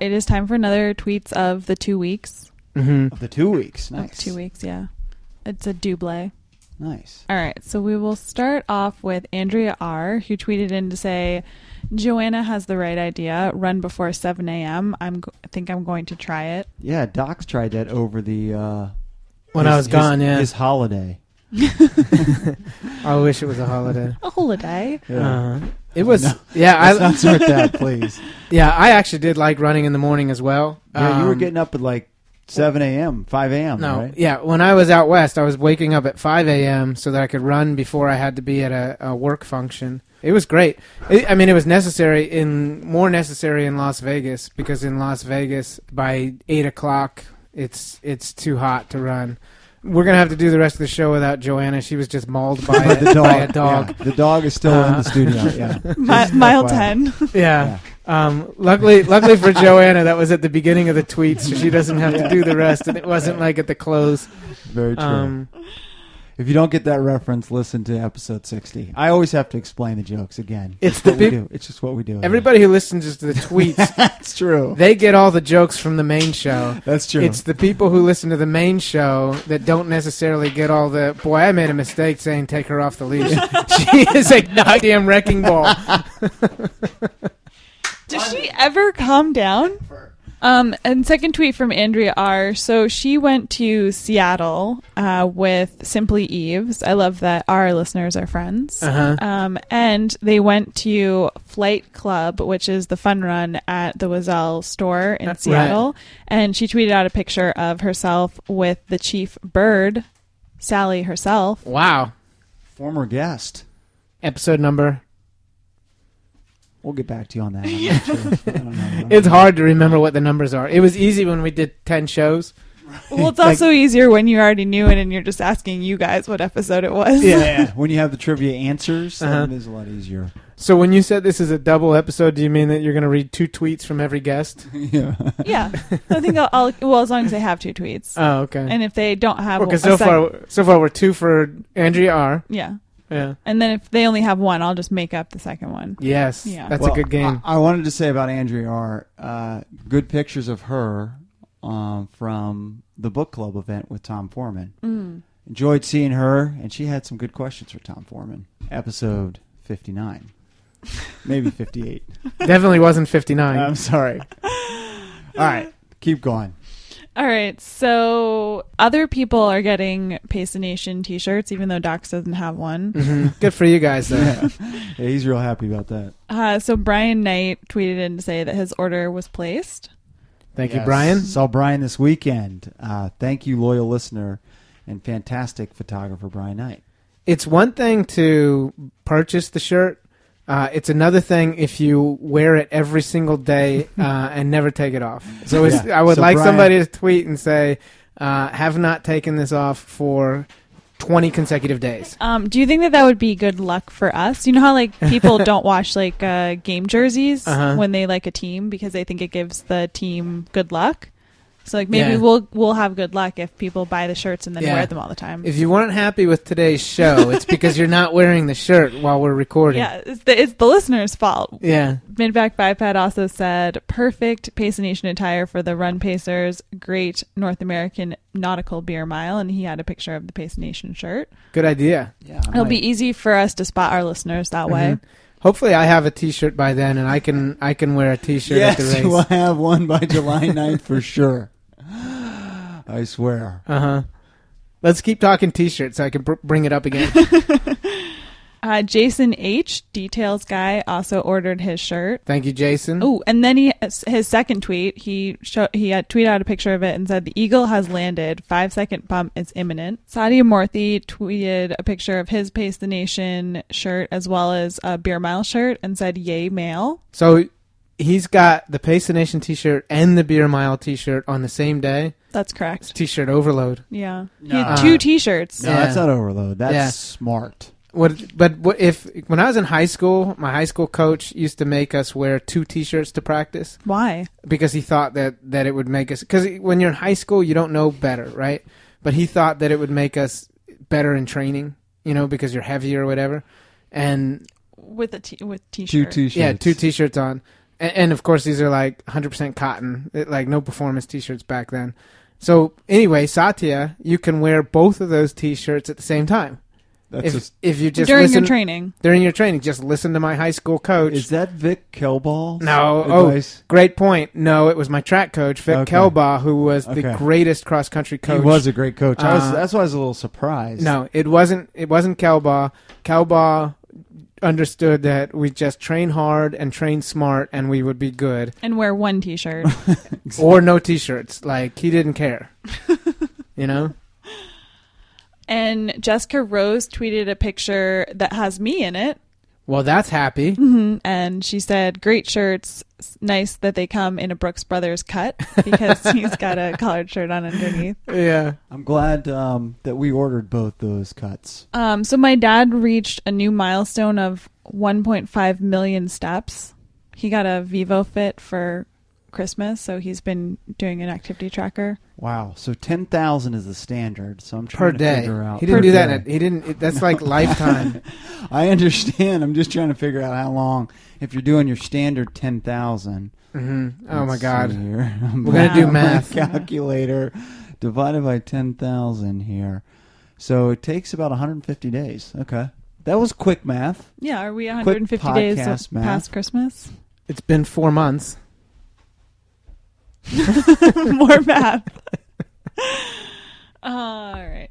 it is time for another tweets of the two weeks. Of the two weeks. Of Nice. two weeks, yeah. It's a double. Nice. All right, so we will start off with Andrea R., who tweeted in to say, "Joanna has the right idea. Run before 7 a.m. I'm go- I think I'm going to try it." Yeah, Doc's tried that over the uh, When I was gone, yeah. his holiday. I wish it was a holiday. A holiday. Uh, it was. No. yeah, Let's I not start that, please. yeah, I actually did like running in the morning as well. Yeah, you were Um, getting up at like seven a.m., five a.m. No, right? yeah. When I was out west, I was waking up at 5 a.m. so that I could run before I had to be at a, a work function. It was great. It, I mean, it was necessary in more necessary in Las Vegas because in Las Vegas by eight o'clock, it's it's too hot to run. We're gonna have to do the rest of the show without Joanna. She was just mauled by, But a, the dog, by a dog. yeah, the dog is still in Uh, the studio. Yeah, Mi- Just mile 10. FYI. Yeah. Um, luckily, luckily for Joanna, that was at the beginning of the tweet, so she doesn't have to do the rest, and it wasn't like at the close. very true. Um, if you don't get that reference, listen to episode sixty. I always have to explain the jokes again. It's what the we peop- do. It's just what we do. here. everybody who listens to the tweets That's true. They get all the jokes from the main show. That's true. It's the people who listen to the main show that don't necessarily get all the. Boy, I made a mistake saying take her off the leash. she is a goddamn wrecking ball. Does she ever calm down? Um, and second tweet from Andrea R. So she went to Seattle uh, with Simply Eves. I love that our listeners are friends. Uh-huh. Um, and they went to Flight Club, which is the fun run at the Wazelle store in That's Seattle. And she tweeted out a picture of herself with the chief bird, Sally herself. Wow. Former guest. Episode number. We'll get back to you on that. I'm not sure. I don't know. I don't It's know. hard to remember what the numbers are. It was easy when we did 10 shows. Well, it's also easier when you already knew it and you're just asking you guys what episode it was. Yeah, when you have the trivia answers, Uh-huh. then it is a lot easier. So when you said this is a double episode, do you mean that you're going to read two tweets from every guest? yeah. yeah, I think I'll, I'll well as long as they have two tweets, Oh, okay. and if they don't have, because a so sec- far, so far we're two for Andrea R. yeah, Yeah. and then if they only have one, I'll just make up the second one. Yes. Yeah. That's a Well, good game. I, I wanted to say about Andrea R. Uh, good pictures of her um, from the book club event with Tom Foreman. Enjoyed seeing her, and she had some good questions for Tom Foreman. Episode fifty-nine, maybe fifty-eight. Definitely wasn't 59. I'm sorry. All right, keep going. All right, so other people are getting Pace the Nation T-shirts, even though Docs doesn't have one. Mhm. Good for you guys, though. Yeah, he's real happy about that. Uh, so Brian Knight tweeted in to say that his order was placed. Thank you, Yes. Brian. Saw Brian this weekend. Uh, thank you, loyal listener, and fantastic photographer Brian Knight. It's one thing to purchase the shirt. Uh, it's another thing if you wear it every single day uh, and never take it off. So it's, Yeah. I would So like Brian- somebody to tweet and say, uh, "Have not taken this off for 20 consecutive days." Um, do you think that that would be good luck for us? You know how like people don't wash like uh, game jerseys Uh-huh. when they like a team because they think it gives the team good luck. So like maybe Yeah. we'll we'll have good luck if people buy the shirts and then Yeah. wear them all the time. If you weren't happy with today's show, it's because you're not wearing the shirt while we're recording. yeah, it's the, it's the listener's fault. Yeah. Midback Biped also said perfect Pace Nation attire for the Run Pacers, great North American nautical beer mile, and he had a picture of the Pace Nation shirt. Good idea. Yeah, I It'll might- be easy for us to spot our listeners that way. Mhm. Hopefully, I have a T-shirt by then, and I can I can wear a T-shirt yes, at the race. you will have one by July 9th for sure. I swear. Uh huh. Let's keep talking T-shirts. So I can br- bring it up again. Uh, Jason H, details guy, also ordered his shirt. Thank you, Jason. Oh, and then he his second tweet he show, he had tweeted out a picture of it and said the eagle has landed. Five second pump is imminent. Sadia Morthy tweeted a picture of his Pace the Nation shirt as well as a Beer Mile shirt and said "Yay Mail." So he's got the Pace the Nation T-shirt and the Beer Mile T-shirt on the same day. That's It's correct. T-shirt overload. Yeah, No. he had two Uh, T-shirts. No, Yeah. that's not overload. That's Yeah. smart. What? But what if when I was in high school, my high school coach used to make us wear two T-shirts to practice Why? because he thought that that it would make us. Because when you're in high school, you don't know better, right? But he thought that it would make us better in training, you know, because you're heavier or whatever. And With a t- with Two T-shirt. t-shirts. Yeah, two T-shirts on, and, and of course these are like 100% cotton, it, like no performance t-shirts back then. So anyway, Satya, you can wear both of those t-shirts at the same time. That's If, just, if you just during listen, your training. during your training, just listen to my high school coach. is that Vic Kelball? No, oh. advice? Great point. No, it was my track coach Vic Okay. Kelbaugh, who was the Okay. greatest cross country coach. he was a great coach. I was, Uh, that's why I was a little surprised. No, it wasn't. It wasn't Calbaugh. Calbaugh understood that we just train hard and train smart, and we would be good. And wear one T-shirt. Or no t-shirts. Like he didn't care. you know. and Jessica Rose tweeted a picture that has me in it. Well, that's happy. hmm And she said, "Great shirts. S- Nice that they come in a Brooks Brothers cut because he's got a collared shirt on underneath." Yeah. I'm glad um, that we ordered both those cuts. Um, so my dad reached a new milestone of 1.5 million steps. He got a Vivo Fit for Christmas, so he's been doing an activity tracker. Wow. So 10,000 is the standard. So I'm Per trying to day. figure out. He didn't Per do that. day. in a- He didn't. It, that's like lifetime. I understand. I'm just trying to figure out how long. If you're doing your standard 10,000. hmm Oh my let's see God. Here. I'm We're gonna looking do at math. My calculator divided by 10,000 here. So it takes about 150 days. Okay. That was quick math. Yeah, are we Quick 150 days podcast math. past Christmas? It's been four months. More math. All right.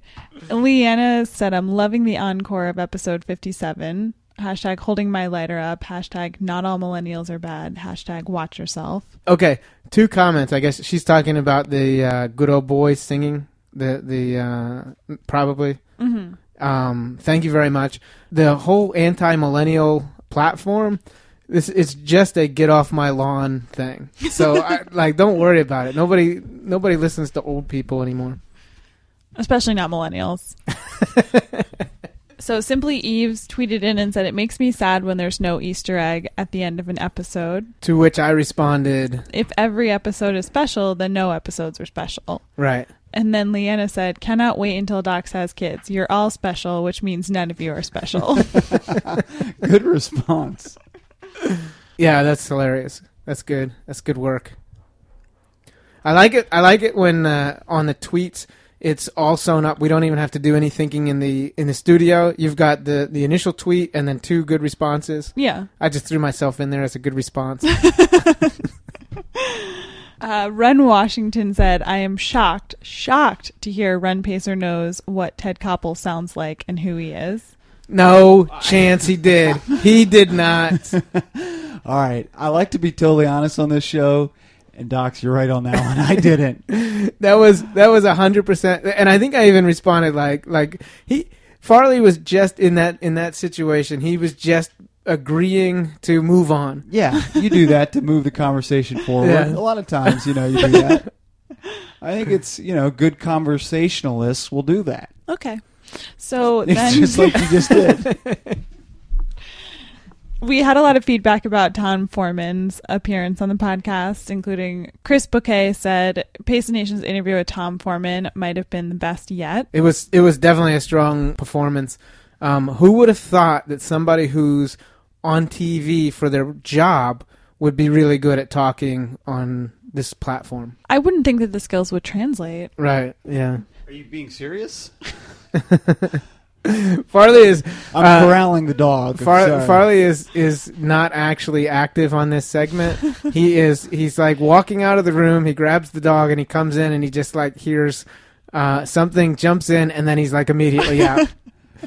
Leanna said, I'm loving the encore of episode 57. Hashtag holding my lighter up. Hashtag not all millennials are bad. Hashtag watch yourself. Okay, two comments. I guess she's talking about the uh, good old boys singing. The the uh, probably. Mm-hmm. Um, thank you very much. The whole anti millennial platform. This it's just a get off my lawn thing. So I, like, don't worry about it. Nobody nobody listens to old people anymore. Especially not millennials. so Simply Eves tweeted in and said, It makes me sad when there's no Easter egg at the end of an episode. To which I responded, If every episode is special, then no episodes are special. right. And then Leanna said, Cannot wait until Docs has kids. You're all special, which means none of you are special. Good response. Yeah, that's hilarious. That's good. That's good work. I like it. I like it when uh, on the tweets it's all sewn up. We don't even have to do any thinking in the in the studio. You've got the the initial tweet and then two good responses. yeah. I just threw myself in there as a good response. Uh, Ren Washington said, I am shocked, shocked to hear Ren Pacer knows what Ted Koppel sounds like and who he is. no chance he did. He did not. All right. I like to be totally honest on this show. And Docs, you're right on that one. I didn't. That was that was a hundred percent. And I think I even responded like like he Farley was just in that in that situation. He was just agreeing to move on. Yeah, you do that to move the conversation forward. Yeah. A lot of times, you know, you do that. I think it's you know good conversationalists will do that. Okay. So It's then just like you just did. we had a lot of feedback about Tom Foreman's appearance on the podcast, including Chris Bouquet said, Pace the Nation's interview with Tom Foreman might have been the best yet. It was it was definitely a strong performance. Um, who would have thought that somebody who's on TV for their job would be really good at talking on this platform? I wouldn't think that the skills would translate. Right. Yeah. Are you being serious? Farley is I'm Uh, corralling the dog. I'm Far- sorry. Farley is is not actually active on this segment. he is he's like walking out of the room. He grabs the dog and he comes in and he just like hears uh, something, jumps in, and then he's like immediately out.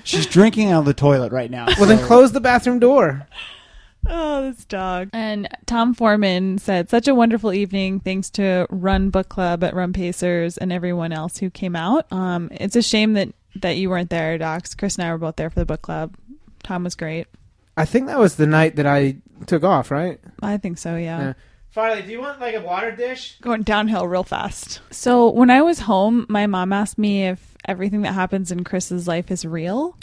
she's drinking out of the toilet right now. well, then close the bathroom door. Oh, this dog. And Tom Foreman said, Such a wonderful evening. Thanks to Run Book Club at Run Pacers and everyone else who came out. Um, it's a shame that, that you weren't there, Docs. Chris and I were both there for the book club. Tom was great. I think that was the night that I took off. Right. I think so, yeah. Yeah. Farley, do you want like a water dish? Going downhill real fast. So when I was home, my mom asked me if everything that happens in Chris's life is real.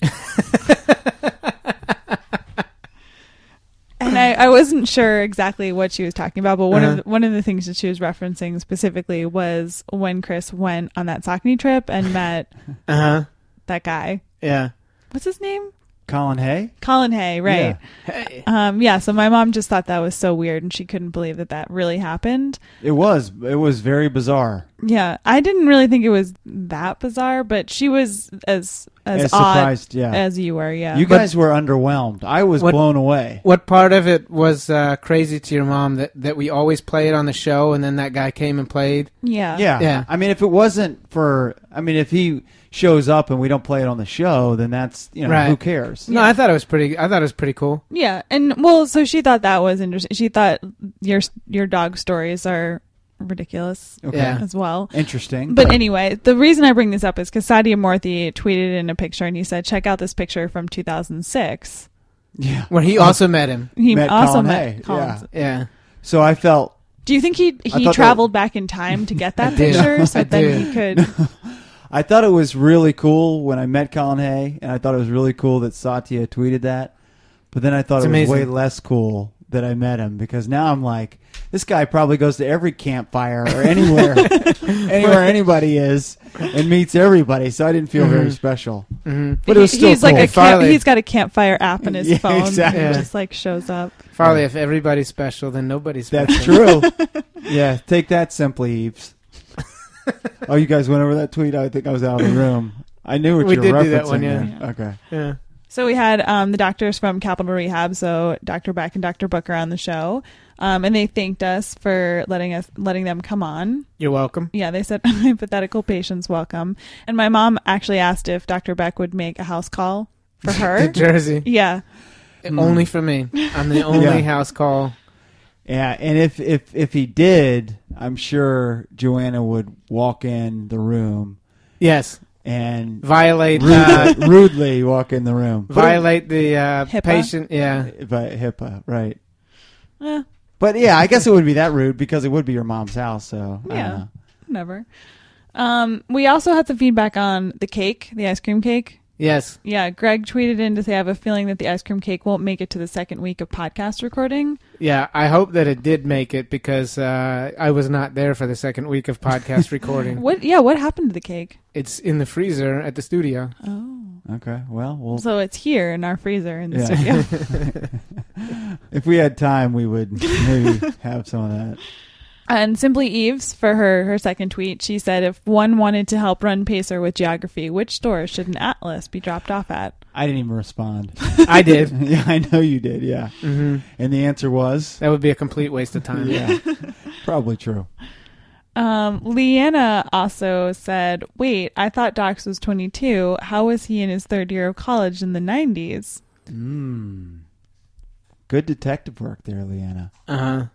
and I, I wasn't sure exactly what she was talking about, but one of Uh-huh. the, one of the things that she was referencing specifically was when Chris went on that Saucony trip and met Uh huh. that guy. Yeah. What's his name? Colin Hay. Colin Hay, right? Yeah. Hey. Um, yeah, so my mom just thought that was so weird and she couldn't believe that that really happened. It was. It was very bizarre. Yeah, I didn't really think it was that bizarre, but she was as as, As odd surprised, yeah. as you were. Yeah, You But- guys were underwhelmed. I was What- blown away. What part of it was uh, crazy to your mom that, that we always play it on the show and then that guy came and played? yeah, Yeah. Yeah. I mean, if it wasn't for, I mean, if he shows up and we don't play it on the show, then that's you know Right. who cares. No, Yeah. I thought it was pretty. I thought it was pretty cool. yeah. And well, so she thought that was interesting. She thought your your dog stories are ridiculous Okay. Yeah. as well. Interesting. But anyway, the reason I bring this up is because Sadia Morthy tweeted in a picture and he said, "Check out this picture from 2006." yeah. Where he also met him. He Met also Colin met Hay, Colin. yeah. Yeah, So I felt Do you think he I he thought that- traveled back in time to get that I did. picture so I then did. he could? I thought it was really cool when I met Colin Hay, and I thought it was really cool that Satya tweeted that. But then I thought It's it was amazing. way less cool that I met him because now I'm like, this guy probably goes to every campfire or anywhere, anywhere anybody is, and meets everybody. So I didn't feel very Mhm. special. hmm But it was He- still he's like cool. a camp, Farley. he's got a campfire app in his Yeah, phone. exactly. And Yeah. just like shows up. Farley. If everybody's special, then nobody's special. That's true. yeah, take that, simply Eves. oh, you guys went over that tweet. I think I was out of the room. I knew what We you were did do that referencing one, yeah. there. Okay. Yeah. So we had um, the doctors from Capital Rehab, so Dr. Beck and Dr. Booker on the show, um, and they thanked us for letting us letting them come on. You're welcome. Yeah, they said hypothetical patients welcome. And my mom actually asked if Dr. Beck would make a house call for To her. Jersey, yeah, Hmm. Mm. only for me. I'm the only Yeah. house call. Yeah, and if if if he did, I'm sure Joanna would walk in the room Yes, and violate rudely, uh, rudely walk in the room. violate the uh, HIPAA? patient. Yeah, But HIPAA, uh, right? eh, But yeah, I guess it would be that rude because it would be your mom's house. So I Yeah. don't know. whatever. Um, we also had some feedback on the cake, the ice cream cake. yes. Yeah, Greg tweeted in to say, I have a feeling that the ice cream cake won't make it to the second week of podcast recording. Yeah, I hope that it did make it because uh, I was not there for the second week of podcast recording. What? Yeah, what happened to the cake? It's in the freezer at the studio. Oh, Okay, well, we'll so it's here in our freezer in the Yeah. studio. if we had time, we would maybe have some of that. and simply Eves for her her second tweet, she said, if one wanted to help run Pacer with geography, which store should an atlas be dropped off at? I didn't even respond. I did. yeah, I know you did. Yeah, hmm and the answer was That would be a complete waste of time. yeah, probably true. Um, Leanna also said, wait, I thought Docs was 22. How was he in his third year of college in the 90s? Mm. Good detective work there, Leanna. Uh huh.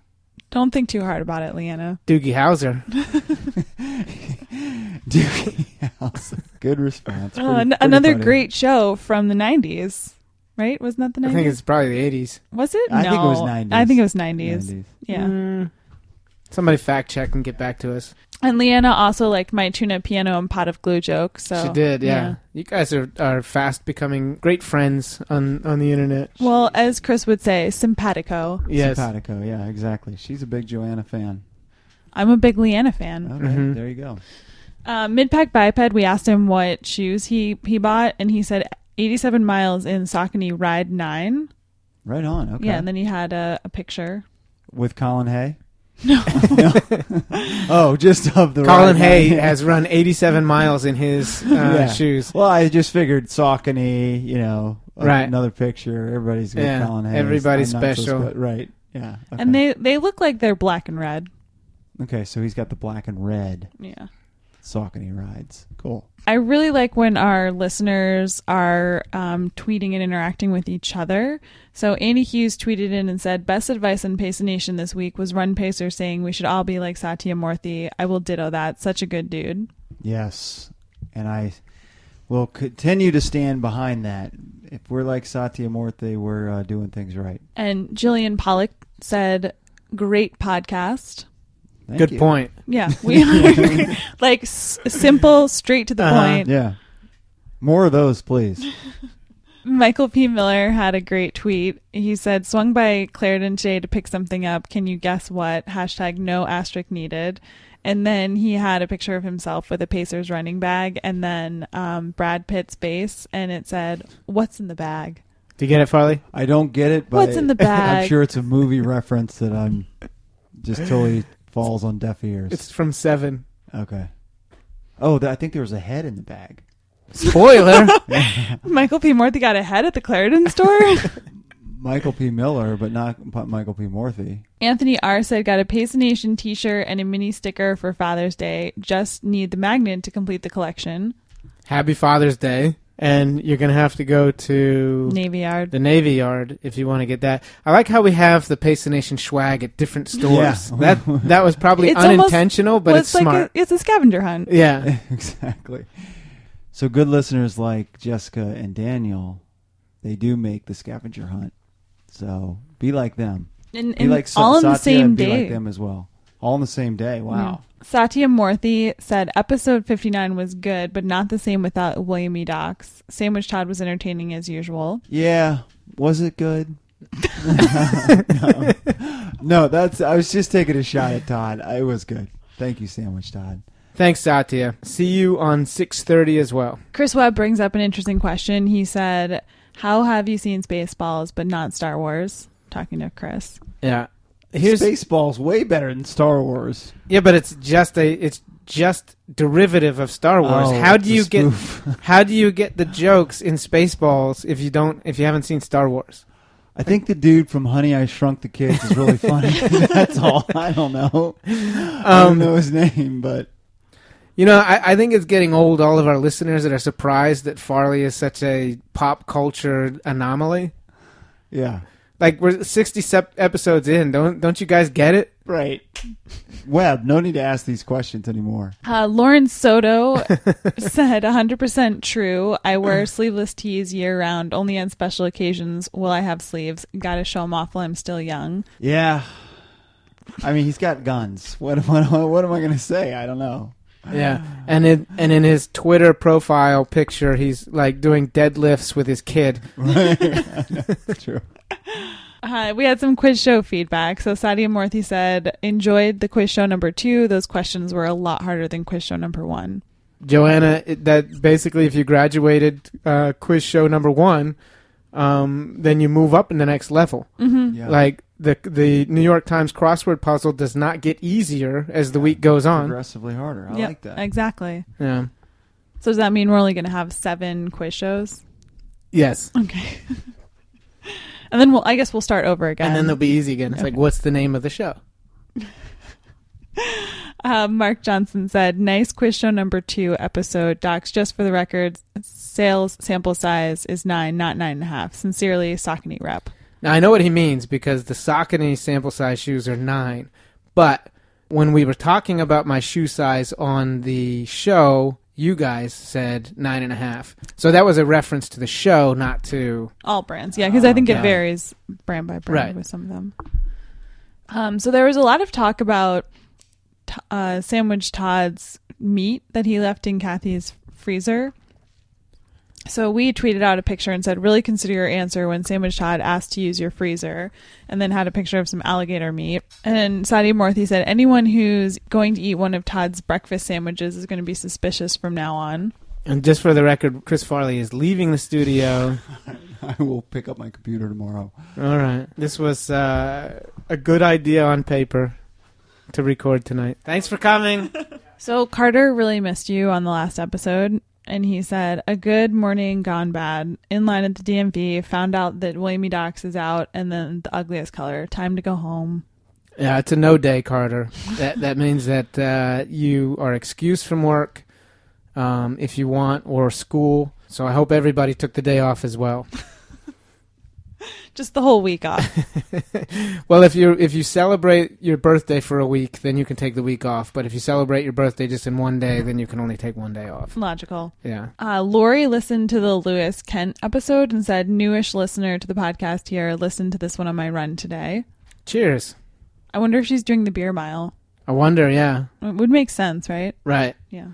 Don't think too hard about it, Leanna. Doogie Howser. Doogie House. Good response. Oh, Pretty- an- pretty another funny. great show from the 90s, right? Wasn't that the 90s? I think it's probably the eighties. was it? I think it was No. 90s. I think it was 90s. 90s. Yeah. Mm. Somebody fact check and get back to us. And Leanna also liked my tuna piano and pot of glue joke. So she did. Yeah. yeah. You guys are, are fast becoming great friends on on the internet. Well, as Chris would say, simpatico. Yes. Simpatico. Yeah, exactly. She's a big Joanna fan. I'm a big Leanna fan. Okay, Mhm. there you go. Uh, Midpack biped. We asked him what shoes he he bought, and he said 87 miles in Saucony Ride Nine. Right on. Okay. Yeah, and then he had a, a picture. With Colin Hay? No. oh, just of the right Colin Hay hand. has run 87 miles in his uh, Yeah. shoes. Well, I just figured Saucony, you know, a- Right. another picture. Everybody's got Yeah, Colin Hay. everybody's I'm not so special. spe- right. Yeah. Okay. And they they look like they're black and red. okay, so he's got the black and red Yeah. Saucony rides. Cool. I really like when our listeners are um, tweeting and interacting with each other. So Annie Hughes tweeted in and said, "Best advice on Pacer Nation this week was Run Pacer saying we should all be like Satya Morthy. I will ditto that. Such a good dude." Yes, and I will continue to stand behind that. If we're like Satyamurthy, we're uh, doing things right. And Jillian Pollock said, "Great podcast." Thank Good you. point. Yeah, we are like s- simple, straight to the Uh-huh. point. Yeah, more of those, please. Michael P. Miller had a great tweet. He said, "Swung by Clarendon today to pick something up. Can you guess what?" Hashtag no asterisk needed. And then he had a picture of himself with a Pacers running bag and then um, Brad Pitt's face. And it said, What's in the bag? Do you get it, Farley? I don't get it, but What's in the bag? I'm sure it's a movie reference that I'm just totally falls on deaf ears. It's from Seven. okay. Oh, th- I think there was a head in the bag. Spoiler. Michael P. Morthy got ahead at the Clarendon store. Michael P. Miller, but not M- Michael P. Morphy. Anthony R. said, Got a Pace the Nation t shirt and a mini sticker for Father's Day. Just need the magnet to complete the collection. Happy Father's Day, and you're gonna have to go to Navy Yard. the Navy Yard if you want to get that. I like how we have the Pace the Nation swag at different stores. Yeah. That that was probably It's almost- unintentional, but Well, it's, smart. A, it's a scavenger hunt. yeah. exactly. So good listeners like Jessica and Daniel, they do make the scavenger hunt. So be like them. And, Be and like Sa- all on the Satya same and be day. like them as well. All on the same day. Wow. Satya Morthy said episode 59 was good, but not the same without William E. Docs. Sandwich Todd was entertaining as usual. Yeah. Was it good? no. No, that's I was just taking a shot at Todd. It was good. Thank you, Sandwich Todd. Thanks, Satya. See you on six thirty as well. Chris Webb brings up an interesting question. He said, How have you seen Spaceballs but not Star Wars? Talking to Chris. Yeah. Here's Spaceballs way better than Star Wars. yeah, but it's just a it's just derivative of Star Wars. Oh, how it's do a you get spoof. how do you get the jokes in Spaceballs if you don't if you haven't seen Star Wars? I think the dude from Honey I Shrunk the Kids is really funny. That's all. I don't know. I don't Um, know his name, but You know, I, I think it's getting old. All of our listeners that are surprised that Farley is such a pop culture anomaly. yeah, Like we're sixty sep- episodes in. Don't don't you guys get it? right. Webb, no need to ask these questions anymore. Uh, Lauren Soto said, 100% true. I wear sleeveless tees year round. Only on special occasions will I have sleeves. Gotta show them off while I'm still young. Yeah, I mean he's got guns. What am I? What am I going to say? I don't know. Yeah, and it and in his Twitter profile picture, he's like doing deadlifts with his kid. True. Uh, we had some quiz show feedback. So Sadia Morthy said, enjoyed the quiz show number two. Those questions were a lot harder than quiz show number one. Joanna, it, that basically, if you graduated uh, quiz show number one, um, then you move up in the next level. Yeah. Like the the New York Times crossword puzzle does not get easier as the week goes on. progressively harder. I Yep, like that. Exactly. Yeah. So does that mean we're only going to have seven quiz shows? Yes. Okay. and then we'll, I guess we'll start over again. And then they'll be easy again. It's like, Okay. what's the name of the show? Uh, Mark Johnson said, "Nice quiz show number two episode, docs. Just for the record, sales sample size is nine, not nine and a half. Sincerely, Saucony rep. Now I know what he means because the Saucony sample size shoes are nine, but when we were talking about my shoe size on the show, you guys said nine and a half. So that was a reference to the show, not to All brands, yeah, because I think Okay. it varies brand by brand Right. with some of them. Um, so there was a lot of talk about t- uh, Sandwich Todd's meat that he left in Kathy's freezer. So we tweeted out a picture and said, "Really consider your answer when Sandwich Todd asked to use your freezer," and then had a picture of some alligator meat. And Sadia Morthy said, "Anyone who's going to eat one of Todd's breakfast sandwiches is going to be suspicious from now on." and just for the record, Chris Farley is leaving the studio. I will pick up my computer tomorrow. All right. This was uh, a good idea on paper to record tonight. Thanks for coming. So Carter really missed you on the last episode, and he said, "A good morning gone bad. In line at the DMV, found out that William E. Dox is out, and then the ugliest color. Time to go home." Yeah, it's a no day, Carter. That that means that uh, you are excused from work um, if you want or school. So I hope everybody took the day off as well. Just the whole week off. Well, if you if you celebrate your birthday for a week, then you can take the week off. But if you celebrate your birthday just in one day, then you can only take one day off. Logical. Yeah. Uh, Lori listened to the Lewis Kent episode and said, "Newish listener to the podcast here. Listen to this one on my run today. Cheers. I wonder if she's doing the beer mile. I wonder. Yeah. It would make sense, right? Right. Yeah.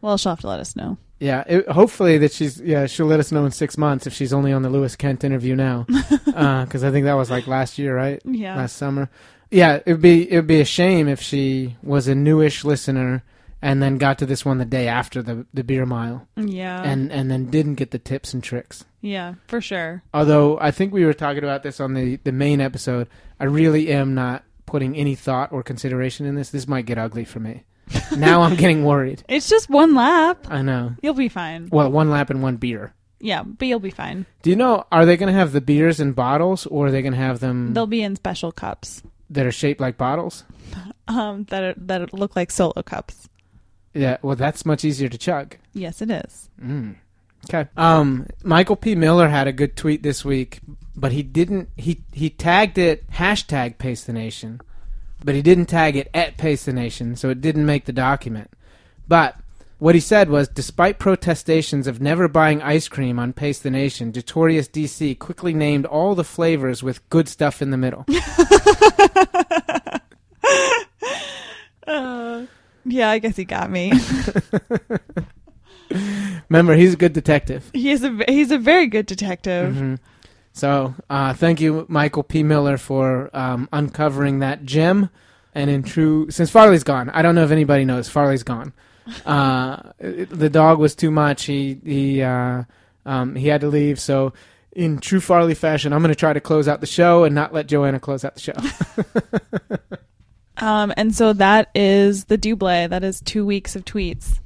Well, she'll have to let us know. Yeah, it, hopefully that she's yeah she'll let us know in six months if she's only on the Lewis Kent interview now, because I think that was like Uh, last year, right? Yeah. last summer. yeah, it would be it would be a shame if she was a newish listener and then got to this one the day after the the beer mile Yeah. and and then didn't get the tips and tricks. yeah, for sure. Although I think we were talking about this on the the main episode, I really am not putting any thought or consideration in this. This might get ugly for me. now I'm getting worried. It's just one lap. I know. You'll be fine. Well, one lap and one beer. Yeah, but you'll be fine. Do you know are they going to have the beers in bottles or are they going to have them They'll be in special cups that are shaped like bottles? um, that are, that look like solo cups. Yeah, well that's much easier to chug. Yes, it is. Mm. Okay. Um, Michael P. Miller had a good tweet this week, but he didn't. He he tagged it hashtag Pace the Nation, but he didn't tag it at Pace the Nation, so it didn't make the document. But what he said was, despite protestations of never buying ice cream on Pace the Nation, Detorius DC quickly named all the flavors with good stuff in the middle. Uh, yeah, I guess he got me. Remember, he's a good detective. he's a he's a very good detective. Mhm. So, uh, thank you, Michael P. Miller, for um, uncovering that gem. And in true, since Farley's gone, I don't know if anybody knows. Farley's gone. Uh, it- the dog was too much. He he uh, um, he had to leave. So, in true Farley fashion, I'm going to try to close out the show and not let Joanna close out the show. Um, and so that is the Duble. That is two weeks of tweets.